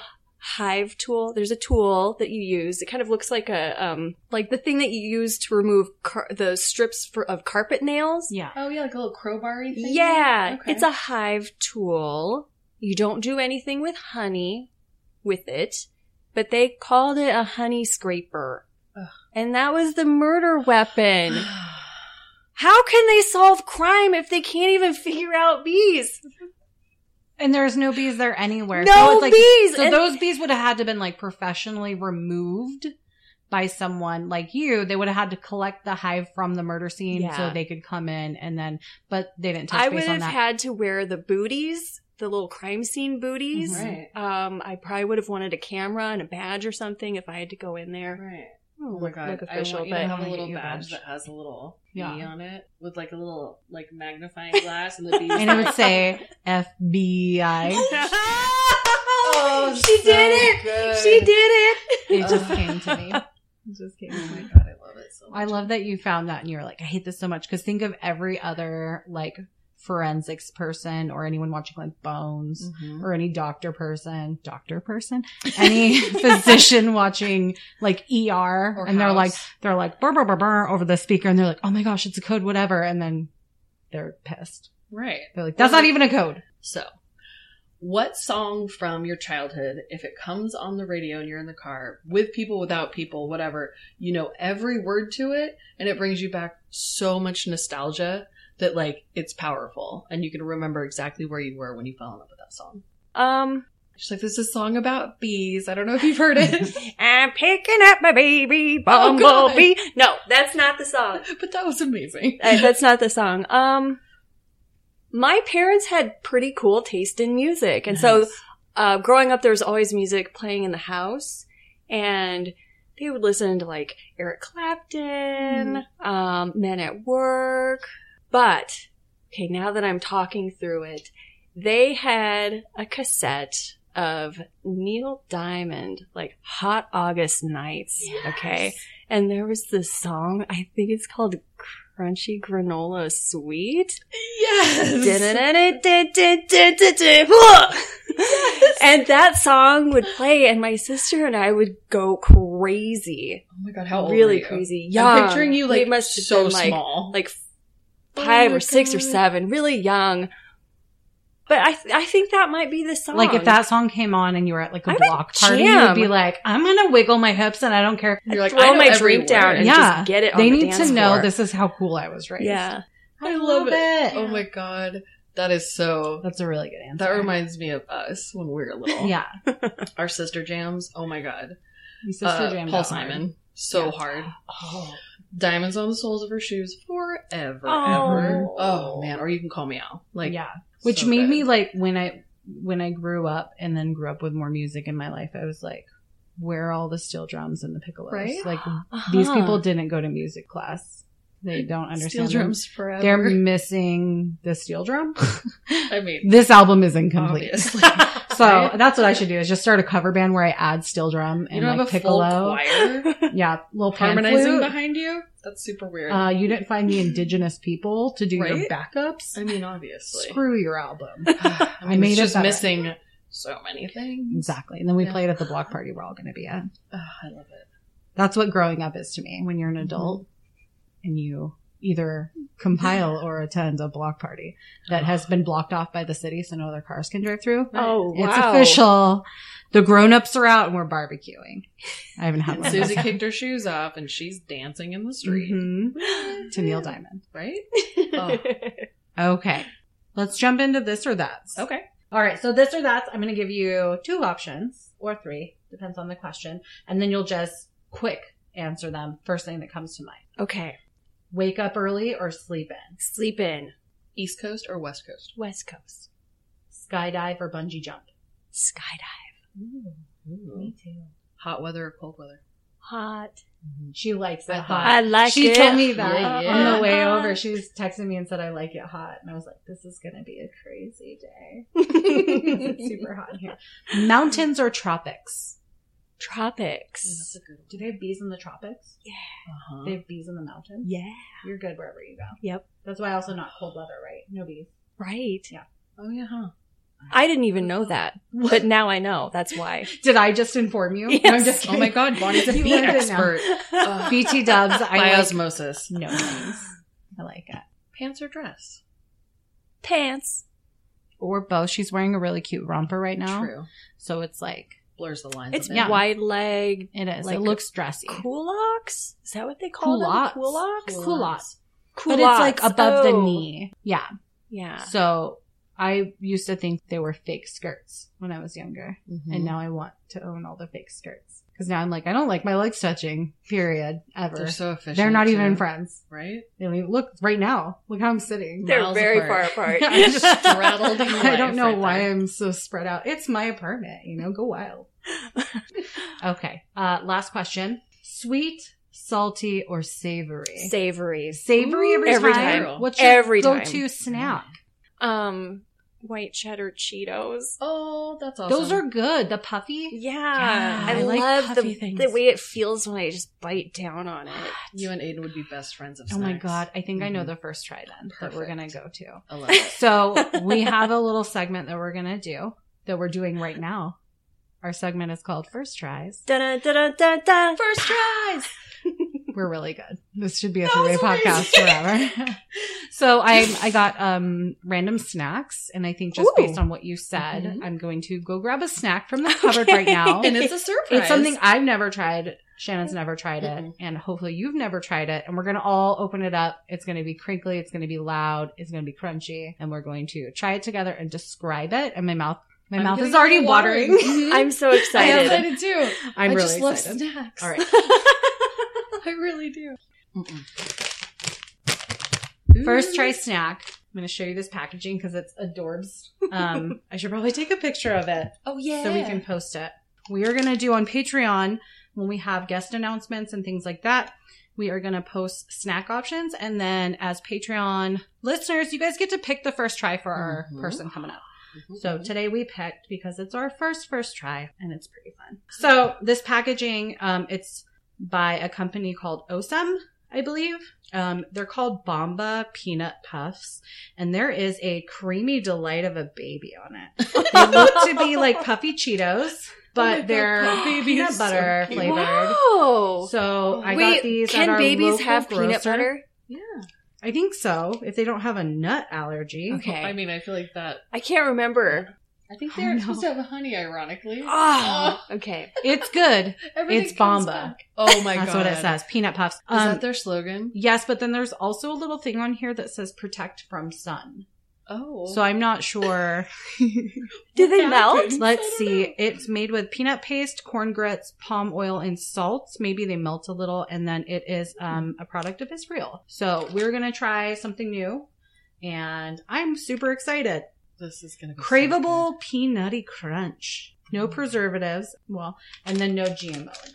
[SPEAKER 3] hive tool there's a tool that you use it kind of looks like a um like the thing that you use to remove car- the strips for, of carpet nails
[SPEAKER 2] yeah.
[SPEAKER 1] Oh yeah, like a little crowbar thing.
[SPEAKER 3] yeah
[SPEAKER 1] Okay.
[SPEAKER 3] it's a hive tool you don't do anything with honey with it but they called it a honey scraper
[SPEAKER 1] Ugh.
[SPEAKER 3] and that was the murder weapon how can they solve crime if they can't even figure out bees
[SPEAKER 2] And there's no bees there anywhere.
[SPEAKER 3] No
[SPEAKER 2] so it's like,
[SPEAKER 3] bees!
[SPEAKER 2] So
[SPEAKER 3] And-
[SPEAKER 2] those bees would have had to been like professionally removed by someone like you. They would have had to collect the hive from the murder scene so
[SPEAKER 3] Yeah.
[SPEAKER 2] they could come in and then. But they didn't touch
[SPEAKER 3] i would
[SPEAKER 2] base on
[SPEAKER 3] have
[SPEAKER 2] that.
[SPEAKER 3] had to wear the booties the little crime scene booties
[SPEAKER 1] right,
[SPEAKER 2] Mm-hmm.
[SPEAKER 3] Um, I probably would have wanted a camera and a badge or something if I had to go in there.
[SPEAKER 1] right.
[SPEAKER 3] I don't
[SPEAKER 1] Oh my
[SPEAKER 3] look,
[SPEAKER 1] god,
[SPEAKER 3] look official,
[SPEAKER 1] I want you
[SPEAKER 3] but
[SPEAKER 1] to have a
[SPEAKER 2] I
[SPEAKER 1] little
[SPEAKER 2] get your
[SPEAKER 1] badge
[SPEAKER 2] badge.
[SPEAKER 1] that has a little
[SPEAKER 2] Yeah.
[SPEAKER 1] bee on it with like a little like magnifying glass and the bee.
[SPEAKER 2] and it would say FBI. Oh,
[SPEAKER 1] Oh,
[SPEAKER 3] she
[SPEAKER 1] so
[SPEAKER 3] did it!
[SPEAKER 1] good.
[SPEAKER 3] She did it!
[SPEAKER 2] It just
[SPEAKER 1] Ugh.
[SPEAKER 2] came to me. It just came
[SPEAKER 1] Oh
[SPEAKER 2] to
[SPEAKER 1] my
[SPEAKER 2] me.
[SPEAKER 1] god, I love it so much.
[SPEAKER 2] I love that you found that and you were like, I hate this so much. Cause think of every other like forensics person or anyone watching like Bones.
[SPEAKER 1] Mhm.
[SPEAKER 2] or any doctor person, doctor person, any physician watching like ER,
[SPEAKER 1] Or
[SPEAKER 2] and they're like,
[SPEAKER 1] house.
[SPEAKER 2] they're like, burr, burr, burr, burr, over the speaker, and they're like, oh my gosh, it's a code, whatever, and then they're pissed.
[SPEAKER 1] right.
[SPEAKER 2] They're like, that's not even a code.
[SPEAKER 1] So, what song from your childhood, if it comes on the radio and you're in the car with people, without people, whatever, you know every word to it and it brings you back so much nostalgia that, like, it's powerful and you can remember exactly where you were when you fell in love with that song?
[SPEAKER 3] Um,
[SPEAKER 1] She's like, this is a song about bees. I don't know if you've heard it,
[SPEAKER 3] I'm picking up my baby
[SPEAKER 1] Oh, God.
[SPEAKER 3] bumblebee. no, that's not the song.
[SPEAKER 1] but that was amazing.
[SPEAKER 3] Uh, that's not the song. Um, my parents had pretty cool taste in music, and so
[SPEAKER 1] Nice.
[SPEAKER 3] uh, growing up, there was always music playing in the house, and they would listen to like Eric Clapton, um, Men at Work. But okay, now that I'm talking through it, they had a cassette of Neil Diamond, like Hot August Nights. Okay, and there was this song. I think it's called Crunchy Granola Sweet.
[SPEAKER 1] Yes.
[SPEAKER 3] Da-da-da-da-da-da-da-da.
[SPEAKER 4] And that song would play, and my sister and I would go crazy,
[SPEAKER 1] Oh my god, how old
[SPEAKER 4] really
[SPEAKER 1] were you?
[SPEAKER 4] crazy.
[SPEAKER 1] I'm
[SPEAKER 4] Young.
[SPEAKER 1] picturing you
[SPEAKER 4] We
[SPEAKER 1] like
[SPEAKER 4] must have
[SPEAKER 1] so
[SPEAKER 4] been, like-
[SPEAKER 1] small.
[SPEAKER 4] like
[SPEAKER 1] Oh
[SPEAKER 4] five
[SPEAKER 1] my
[SPEAKER 4] or six or
[SPEAKER 1] God.
[SPEAKER 4] seven, really young. But I, th- I think that might be the song.
[SPEAKER 2] Like
[SPEAKER 1] oh.
[SPEAKER 2] if that song came on and you were at like a
[SPEAKER 4] I would
[SPEAKER 2] block party,
[SPEAKER 4] jam.
[SPEAKER 2] you'd be like, "I'm gonna wiggle my hips and I don't care."
[SPEAKER 1] you're like,
[SPEAKER 4] throw
[SPEAKER 1] I know
[SPEAKER 4] my
[SPEAKER 1] every
[SPEAKER 4] drink down
[SPEAKER 1] word.
[SPEAKER 4] and
[SPEAKER 2] Yeah.
[SPEAKER 4] just get it. On
[SPEAKER 2] they
[SPEAKER 4] the
[SPEAKER 2] need
[SPEAKER 4] dance
[SPEAKER 2] to know
[SPEAKER 4] floor.
[SPEAKER 2] this is how cool I was raised.
[SPEAKER 4] Yeah,
[SPEAKER 1] I love it. Oh my god, that is so.
[SPEAKER 2] That's a really good answer.
[SPEAKER 1] That reminds me of us when we were little.
[SPEAKER 2] Yeah,
[SPEAKER 1] our sister jams. Oh my god,
[SPEAKER 2] my sister
[SPEAKER 1] Uh,
[SPEAKER 2] jammed
[SPEAKER 1] Paul
[SPEAKER 2] out hard.
[SPEAKER 1] Simon, so
[SPEAKER 2] Yeah.
[SPEAKER 1] hard.
[SPEAKER 2] Oh,
[SPEAKER 1] Diamonds on the soles of her shoes forever,
[SPEAKER 4] Oh.
[SPEAKER 1] ever. Oh man, or you can call me out. Like
[SPEAKER 2] yeah, which
[SPEAKER 1] so
[SPEAKER 2] made
[SPEAKER 1] good.
[SPEAKER 2] me like when I when I grew up and then grew up with more music in my life, I was like, "Where are all the steel drums and the piccolos?
[SPEAKER 1] Right?
[SPEAKER 2] Like
[SPEAKER 3] Uh-huh.
[SPEAKER 2] these people didn't go to music class. They don't understand
[SPEAKER 1] steel
[SPEAKER 2] them.
[SPEAKER 1] drums forever.
[SPEAKER 2] They're missing the steel drum.
[SPEAKER 1] I mean,
[SPEAKER 2] this album is incomplete.
[SPEAKER 1] obviously.
[SPEAKER 2] So
[SPEAKER 1] Right?
[SPEAKER 2] that's what I should do is just start a cover band where I add steel drum
[SPEAKER 1] you
[SPEAKER 2] and
[SPEAKER 1] don't
[SPEAKER 2] like
[SPEAKER 1] have a full
[SPEAKER 2] piccolo.
[SPEAKER 1] choir
[SPEAKER 2] Yeah, little pan
[SPEAKER 1] harmonizing
[SPEAKER 2] flute.
[SPEAKER 1] behind you. That's super weird.
[SPEAKER 2] Uh, you didn't find the indigenous people to do your
[SPEAKER 1] Right?
[SPEAKER 2] backups.
[SPEAKER 1] I mean, obviously,
[SPEAKER 2] Screw your album.
[SPEAKER 1] I, mean,
[SPEAKER 2] I made
[SPEAKER 1] it's
[SPEAKER 2] it
[SPEAKER 1] just
[SPEAKER 2] better.
[SPEAKER 1] missing so many things.
[SPEAKER 2] Exactly. And then we
[SPEAKER 1] Yeah.
[SPEAKER 2] played at the block party we're all going to be at.
[SPEAKER 1] Ugh, I love it. Mm-hmm.
[SPEAKER 2] That's what growing up is to me when you're an adult and you either compile or attend a block party that has been blocked off by the city so no other cars can drive through.
[SPEAKER 4] Oh
[SPEAKER 2] It's
[SPEAKER 4] wow.
[SPEAKER 2] official. The grown ups are out and we're barbecuing. I haven't had
[SPEAKER 1] And
[SPEAKER 2] one. of
[SPEAKER 1] Susie
[SPEAKER 2] those.
[SPEAKER 1] kicked her shoes off, and she's dancing in the street.
[SPEAKER 2] Mhm. To Neil Diamond.
[SPEAKER 1] Right?
[SPEAKER 2] Oh. Okay. Let's jump into this or that.
[SPEAKER 1] Okay.
[SPEAKER 2] All right. So this or that's, I'm going to give you two options or three, depends on the question. And then you'll just quick answer them first thing that comes to mind.
[SPEAKER 4] okay.
[SPEAKER 2] Wake up early or sleep in?
[SPEAKER 4] Sleep in.
[SPEAKER 1] East Coast or West Coast?
[SPEAKER 4] West Coast.
[SPEAKER 2] Skydive or bungee jump?
[SPEAKER 4] Skydive.
[SPEAKER 1] Me too. Hot weather or cold weather?
[SPEAKER 4] Hot.
[SPEAKER 2] She likes it
[SPEAKER 1] I
[SPEAKER 2] hot.
[SPEAKER 4] I like
[SPEAKER 2] she
[SPEAKER 4] it.
[SPEAKER 2] told me that
[SPEAKER 1] Yeah,
[SPEAKER 2] on
[SPEAKER 1] yeah.
[SPEAKER 2] the way over. She was texting me and said, I like it hot. And I was like, this is going to be a crazy day. it's super hot in here. Mountains or tropics?
[SPEAKER 4] Tropics.
[SPEAKER 1] a good
[SPEAKER 2] Do they have bees in the tropics?
[SPEAKER 1] one.
[SPEAKER 2] They have bees in the mountains?
[SPEAKER 4] Yeah.
[SPEAKER 2] You're good wherever you go.
[SPEAKER 4] Yep.
[SPEAKER 2] That's why also not cold weather, right? No bees.
[SPEAKER 4] Right.
[SPEAKER 1] Oh, yeah, huh?
[SPEAKER 4] I didn't even know that, but now I know. That's why.
[SPEAKER 2] Did I just inform you? No, I'm
[SPEAKER 4] Yes.
[SPEAKER 2] just
[SPEAKER 1] Oh,
[SPEAKER 2] kidding.
[SPEAKER 1] my God. Bonnie's a
[SPEAKER 2] You
[SPEAKER 1] bee
[SPEAKER 2] learned it now.
[SPEAKER 1] expert. Ugh.
[SPEAKER 2] BT dubs. I
[SPEAKER 1] By
[SPEAKER 2] like
[SPEAKER 1] osmosis.
[SPEAKER 2] no names. I like it.
[SPEAKER 1] Pants or dress?
[SPEAKER 4] Pants.
[SPEAKER 2] Or both. She's wearing a really cute romper right now.
[SPEAKER 1] True.
[SPEAKER 2] So it's like,
[SPEAKER 1] Blurs the lines.
[SPEAKER 4] It's
[SPEAKER 1] a bit.
[SPEAKER 4] wide leg.
[SPEAKER 2] it is.
[SPEAKER 4] Like
[SPEAKER 2] it looks dressy.
[SPEAKER 4] Culottes? Is that what they call
[SPEAKER 2] Culottes.
[SPEAKER 4] them? Culottes?
[SPEAKER 2] Culottes.
[SPEAKER 4] Culottes.
[SPEAKER 2] But it's like above the
[SPEAKER 4] Oh.
[SPEAKER 2] knee. Yeah.
[SPEAKER 4] Yeah.
[SPEAKER 2] So I used to think they were fake skirts when I was younger.
[SPEAKER 1] Mhm.
[SPEAKER 2] And now I want to own all the fake skirts. Because now I'm like, I don't like my legs touching, period, ever.
[SPEAKER 1] They're so efficient.
[SPEAKER 2] They're not even
[SPEAKER 1] too,
[SPEAKER 2] friends.
[SPEAKER 1] Right?
[SPEAKER 2] I mean, look right now. Look how I'm sitting.
[SPEAKER 4] They're
[SPEAKER 1] miles
[SPEAKER 4] very
[SPEAKER 1] apart.
[SPEAKER 4] far apart.
[SPEAKER 2] I'm just
[SPEAKER 1] straddled in
[SPEAKER 2] I don't
[SPEAKER 1] life
[SPEAKER 2] know
[SPEAKER 1] right
[SPEAKER 2] why
[SPEAKER 1] there.
[SPEAKER 2] I'm so spread out. It's my apartment, you know, go wild. okay. Uh last question. Sweet, salty, or savory?
[SPEAKER 4] Savory.
[SPEAKER 2] savory every,
[SPEAKER 4] Every
[SPEAKER 2] time.
[SPEAKER 1] time. Mm-hmm.
[SPEAKER 2] What's your
[SPEAKER 4] Every time.
[SPEAKER 2] go-to snack?
[SPEAKER 4] Um, white cheddar Cheetos.
[SPEAKER 1] Oh, that's awesome.
[SPEAKER 2] Those are good. The puffy.
[SPEAKER 4] Yeah,
[SPEAKER 2] Yeah,
[SPEAKER 4] I,
[SPEAKER 2] I like
[SPEAKER 4] love
[SPEAKER 2] puffy
[SPEAKER 4] the,
[SPEAKER 2] things.
[SPEAKER 4] the way it feels when I just bite down on it.
[SPEAKER 1] You and Aiden would be best friends of
[SPEAKER 2] Oh my
[SPEAKER 1] snacks.
[SPEAKER 2] god! I think I know
[SPEAKER 1] Mhm.
[SPEAKER 2] the first try then that we're gonna go to.
[SPEAKER 1] I love it.
[SPEAKER 2] So we have a little segment that we're gonna do that we're doing right now. Our segment is called First Tries.
[SPEAKER 4] Da da da da da.
[SPEAKER 1] First tries!
[SPEAKER 2] We're really good. This should be a
[SPEAKER 1] That
[SPEAKER 2] three-way
[SPEAKER 1] was
[SPEAKER 2] podcast forever. so I I got um random snacks, and I think just
[SPEAKER 4] Ooh.
[SPEAKER 2] based on what you said,
[SPEAKER 1] Mhm.
[SPEAKER 2] I'm going to go grab a snack from the cupboard right
[SPEAKER 4] Okay.
[SPEAKER 2] now.
[SPEAKER 1] And it's a surprise.
[SPEAKER 2] It's something I've never tried. Shannon's never tried it.
[SPEAKER 1] Mm-mm.
[SPEAKER 2] And hopefully you've never tried it. And we're going to all open it up. It's going to be crinkly. It's going to be loud. It's going to be crunchy. And we're going to try it together and describe it. And my mouth, my
[SPEAKER 1] I'm
[SPEAKER 2] mouth
[SPEAKER 1] getting
[SPEAKER 2] is already
[SPEAKER 1] all
[SPEAKER 2] watering.
[SPEAKER 1] watery.
[SPEAKER 4] I'm so
[SPEAKER 1] I am
[SPEAKER 4] excited.
[SPEAKER 1] excited too. Mm-hmm.
[SPEAKER 2] I'm
[SPEAKER 1] I
[SPEAKER 2] really
[SPEAKER 1] just love
[SPEAKER 2] excited.
[SPEAKER 1] snacks.
[SPEAKER 2] All right.
[SPEAKER 1] I really do.
[SPEAKER 2] First try snack. I'm going to show you this packaging because it's adorbs. Um, I should probably take a picture of it.
[SPEAKER 1] Oh yeah.
[SPEAKER 2] so we can post it. We are going to do on Patreon when we have guest announcements and things like that. We are going to post snack options. And then as Patreon listeners, you guys get to pick the first try for our
[SPEAKER 1] Mhm.
[SPEAKER 2] person coming up.
[SPEAKER 1] Mhm.
[SPEAKER 2] So today we picked because it's our first, first try and it's pretty fun. So this packaging, um, it's by a company called Osem. I believe. Um, they're called Bomba Peanut Puffs, and there is a creamy delight of a baby on it. They look to be like puffy Cheetos, but
[SPEAKER 1] God,
[SPEAKER 2] they're
[SPEAKER 1] that baby
[SPEAKER 2] peanut
[SPEAKER 1] is so
[SPEAKER 2] butter
[SPEAKER 1] cute.
[SPEAKER 2] flavored.
[SPEAKER 4] Wow.
[SPEAKER 2] So I
[SPEAKER 4] Wait,
[SPEAKER 2] got these. at
[SPEAKER 4] can
[SPEAKER 2] our
[SPEAKER 4] babies
[SPEAKER 2] local
[SPEAKER 4] have peanut
[SPEAKER 2] grocer.
[SPEAKER 4] butter?
[SPEAKER 1] Yeah.
[SPEAKER 2] I think so. If they don't have a nut allergy,
[SPEAKER 4] Okay.
[SPEAKER 1] I mean, I feel like that.
[SPEAKER 4] I can't remember.
[SPEAKER 1] I think
[SPEAKER 2] Oh,
[SPEAKER 1] they're
[SPEAKER 2] no.
[SPEAKER 1] supposed to have honey, ironically.
[SPEAKER 4] Oh, okay.
[SPEAKER 2] it's good.
[SPEAKER 1] Everything
[SPEAKER 2] Ah, It's
[SPEAKER 1] comes
[SPEAKER 2] Bomba.
[SPEAKER 1] back. Oh my
[SPEAKER 2] That's
[SPEAKER 1] god.
[SPEAKER 2] what it says. Peanut puffs.
[SPEAKER 1] Is
[SPEAKER 2] Um,
[SPEAKER 1] that their slogan?
[SPEAKER 2] yes, but then there's also a little thing on here that says protect from sun.
[SPEAKER 1] Oh.
[SPEAKER 2] So I'm not sure.
[SPEAKER 4] Do they
[SPEAKER 1] What
[SPEAKER 4] melt?
[SPEAKER 1] happened?
[SPEAKER 2] Let's
[SPEAKER 1] I don't
[SPEAKER 2] see.
[SPEAKER 1] know.
[SPEAKER 2] It's made with peanut paste, corn grits, palm oil, and salt. Maybe they melt a little, and then it is um, a product of Israel. So we're gonna try something new, and I'm super excited.
[SPEAKER 1] This is gonna be so
[SPEAKER 2] Craveable peanutty crunch. No preservatives. Well, and then no GMO ingredients.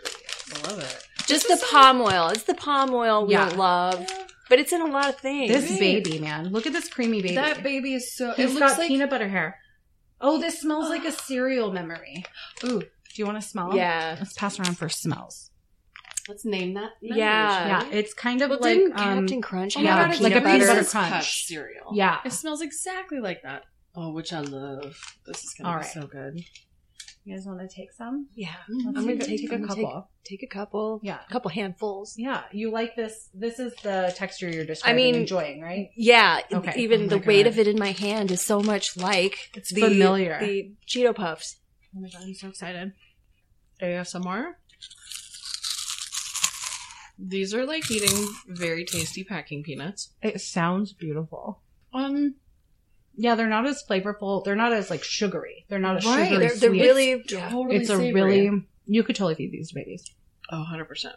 [SPEAKER 1] good. I love it.
[SPEAKER 4] Just the palm oil. It's the palm oil we
[SPEAKER 2] Yeah.
[SPEAKER 4] don't love, but it's in a lot of things.
[SPEAKER 2] This
[SPEAKER 1] Right.
[SPEAKER 2] baby, man. Look at this creamy baby.
[SPEAKER 1] That baby is so.
[SPEAKER 2] He's
[SPEAKER 1] it looks
[SPEAKER 2] got
[SPEAKER 1] like
[SPEAKER 2] peanut butter hair. Oh, this smells like a cereal memory. Ooh, do you want to smell? it?
[SPEAKER 4] yeah.
[SPEAKER 2] Let's pass around for smells.
[SPEAKER 1] Let's name that.
[SPEAKER 4] Yeah.
[SPEAKER 2] Yeah, it's kind
[SPEAKER 4] Uh,
[SPEAKER 2] of
[SPEAKER 4] Well,
[SPEAKER 2] like
[SPEAKER 4] didn't
[SPEAKER 2] um,
[SPEAKER 4] Captain Crunch
[SPEAKER 1] Oh my
[SPEAKER 2] Yeah,
[SPEAKER 1] god,
[SPEAKER 4] have
[SPEAKER 1] it's
[SPEAKER 4] peanut
[SPEAKER 1] like a peanut butter
[SPEAKER 4] butter?
[SPEAKER 1] crunch
[SPEAKER 2] crunch.
[SPEAKER 1] cereal.
[SPEAKER 2] yeah.
[SPEAKER 1] It smells exactly like that. Oh, which I love. This is gonna
[SPEAKER 2] All
[SPEAKER 1] be
[SPEAKER 2] right.
[SPEAKER 1] so good.
[SPEAKER 2] You guys want to take some?
[SPEAKER 4] Yeah.
[SPEAKER 1] I'm
[SPEAKER 2] Let's
[SPEAKER 4] gonna
[SPEAKER 2] Mm, take,
[SPEAKER 4] take-
[SPEAKER 2] take
[SPEAKER 4] I'm
[SPEAKER 2] a
[SPEAKER 4] gonna
[SPEAKER 2] couple.
[SPEAKER 4] Take a couple,
[SPEAKER 2] Yeah,
[SPEAKER 4] a couple handfuls.
[SPEAKER 2] yeah. You like this? This is the texture you're describing.
[SPEAKER 4] mean-
[SPEAKER 2] enjoying, right?
[SPEAKER 4] Yeah.
[SPEAKER 2] Okay.
[SPEAKER 4] Even
[SPEAKER 2] Oh
[SPEAKER 4] the
[SPEAKER 2] my
[SPEAKER 4] weight
[SPEAKER 2] God.
[SPEAKER 4] of it in my hand is so much like
[SPEAKER 2] It's familiar.
[SPEAKER 4] The Cheeto Puffs.
[SPEAKER 2] Oh my god, I'm so excited.
[SPEAKER 1] ASMR. These are like eating very tasty packing peanuts.
[SPEAKER 2] It sounds beautiful.
[SPEAKER 1] Um,
[SPEAKER 2] Yeah, they're not as flavorful. They're not as like sugary. They're not as
[SPEAKER 1] Right,
[SPEAKER 2] sugary.
[SPEAKER 4] They're, they're
[SPEAKER 2] sweet.
[SPEAKER 4] really. yeah.
[SPEAKER 1] totally
[SPEAKER 2] It's a
[SPEAKER 1] savory.
[SPEAKER 2] really. You could totally feed these to babies.
[SPEAKER 1] Oh, 100%.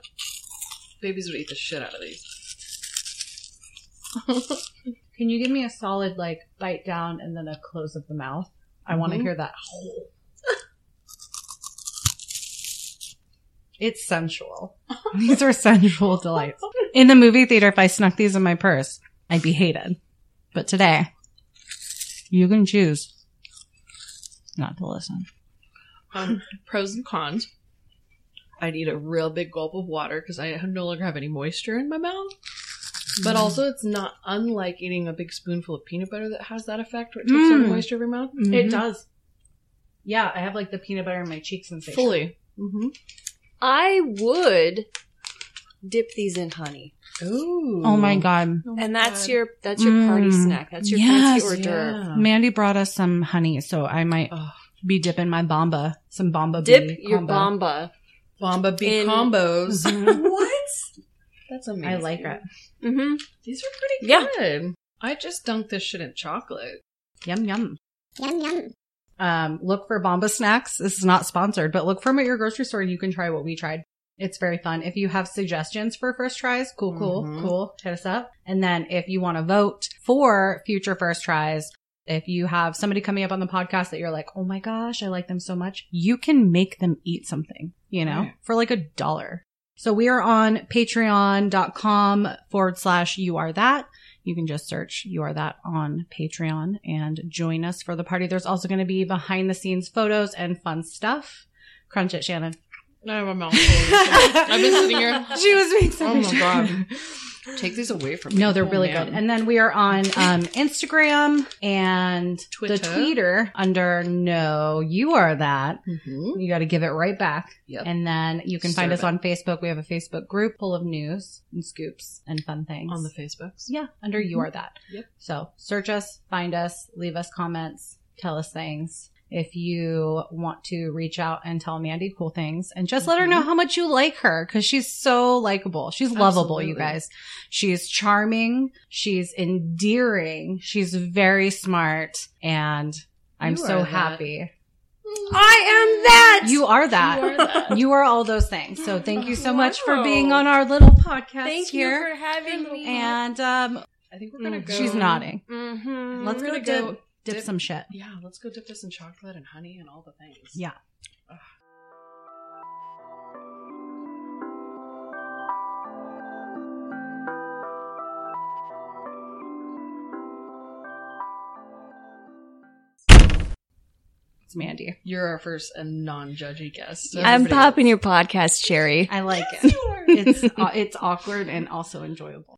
[SPEAKER 1] Babies would eat the shit out of these.
[SPEAKER 2] Can you give me a solid like bite down and then a close of the mouth? I want to
[SPEAKER 1] Mhm.
[SPEAKER 2] hear that. it's sensual. these are sensual delights. In the movie theater, if I snuck these in my purse, I'd be hated. But today, you can choose not to listen.
[SPEAKER 1] Um, pros and cons. I'd eat a real big gulp of water because I no longer have any moisture in my mouth. But also, it's not unlike eating a big spoonful of peanut butter that has that effect where it takes all the
[SPEAKER 2] Mm.
[SPEAKER 1] moisture of your mouth.
[SPEAKER 2] It does. Yeah, I have like the peanut butter in my cheeks sensation.
[SPEAKER 1] Fully. Mm-hmm.
[SPEAKER 4] I would dip these in honey,
[SPEAKER 1] Ooh.
[SPEAKER 2] Oh my god.
[SPEAKER 4] and that's your that's your party
[SPEAKER 2] Mm.
[SPEAKER 4] snack. That's your
[SPEAKER 2] Yes.
[SPEAKER 4] fancy hors d'oeuvre.
[SPEAKER 2] Mandy brought us some honey, so I might
[SPEAKER 1] Ugh.
[SPEAKER 2] be dipping my bomba, some bomba.
[SPEAKER 4] Dip
[SPEAKER 2] bee
[SPEAKER 4] your
[SPEAKER 2] combo.
[SPEAKER 4] bomba.
[SPEAKER 1] Bomba bee
[SPEAKER 4] In-
[SPEAKER 1] combos.
[SPEAKER 2] Mhm.
[SPEAKER 4] What?
[SPEAKER 1] That's amazing.
[SPEAKER 2] I like it.
[SPEAKER 4] Mm-hmm.
[SPEAKER 1] These are pretty
[SPEAKER 4] Yeah.
[SPEAKER 1] good. I just dunked this shit in chocolate.
[SPEAKER 2] Yum yum. Yum yum. Um, look for bomba snacks. This is not sponsored, but look for them at your grocery store and you can try what we tried. It's very fun. If you have suggestions for first tries, cool, cool,
[SPEAKER 1] Mhm.
[SPEAKER 2] cool. Hit us up. And then if you want to vote for future first tries, if you have somebody coming up on the podcast that you're like, oh my gosh, I like them so much, you can make them eat something, you know,
[SPEAKER 1] Right.
[SPEAKER 2] for like a dollar. So we are on patreon.com forward slash you are that. You can just search you are that on Patreon and join us for the party. There's also going to be behind the scenes photos and fun stuff. Crunch it, Shannon.
[SPEAKER 1] I have a mouthful. I've been sitting here.
[SPEAKER 2] She was being so
[SPEAKER 1] Oh my god. Take these away from me.
[SPEAKER 2] No, they're
[SPEAKER 1] Oh,
[SPEAKER 2] really
[SPEAKER 1] man.
[SPEAKER 2] good. And then we are on um, Instagram and
[SPEAKER 1] Twitter.
[SPEAKER 2] the Twitter under No, you are that.
[SPEAKER 1] Mhm.
[SPEAKER 2] You got to give it right back.
[SPEAKER 1] Yep.
[SPEAKER 2] And then you can find
[SPEAKER 1] Serve
[SPEAKER 2] us
[SPEAKER 1] it.
[SPEAKER 2] on Facebook. We have a Facebook group full of news and scoops and fun things.
[SPEAKER 1] on the Facebooks.
[SPEAKER 2] yeah, under You Are That.
[SPEAKER 1] Yep.
[SPEAKER 2] So search us, find us, leave us comments, tell us things. If you want to reach out and tell Mandy cool things and just let her know
[SPEAKER 1] Mhm.
[SPEAKER 2] how much you like her because she's so likable. She's lovable, you
[SPEAKER 1] Absolutely.
[SPEAKER 2] guys. She's charming. She's endearing. She's very smart. And I'm
[SPEAKER 1] You are
[SPEAKER 2] so
[SPEAKER 1] that.
[SPEAKER 2] happy.
[SPEAKER 4] I am that.
[SPEAKER 2] You are that.
[SPEAKER 1] You are that.
[SPEAKER 2] You are all those things. So thank you so much for
[SPEAKER 4] Wow.
[SPEAKER 2] being on our little podcast
[SPEAKER 4] Thank
[SPEAKER 2] here.
[SPEAKER 4] you for having me.
[SPEAKER 2] and um,
[SPEAKER 1] I think we're gonna
[SPEAKER 4] Mm,
[SPEAKER 1] go. Mm,
[SPEAKER 2] she's nodding.
[SPEAKER 4] mm-hmm.
[SPEAKER 2] Let's
[SPEAKER 1] We're
[SPEAKER 2] go
[SPEAKER 1] gonna
[SPEAKER 2] dip,
[SPEAKER 1] go
[SPEAKER 2] dip
[SPEAKER 1] dip.
[SPEAKER 2] some shit.
[SPEAKER 1] Yeah, let's go dip this in chocolate and honey and all the things.
[SPEAKER 2] Yeah. It's Mandy.
[SPEAKER 1] You're our first and non-judgy guest.
[SPEAKER 2] Yeah.
[SPEAKER 3] I'm
[SPEAKER 1] Everybody else-
[SPEAKER 3] popping your podcast cherry.
[SPEAKER 2] I like it. It's uh, it's awkward and also enjoyable.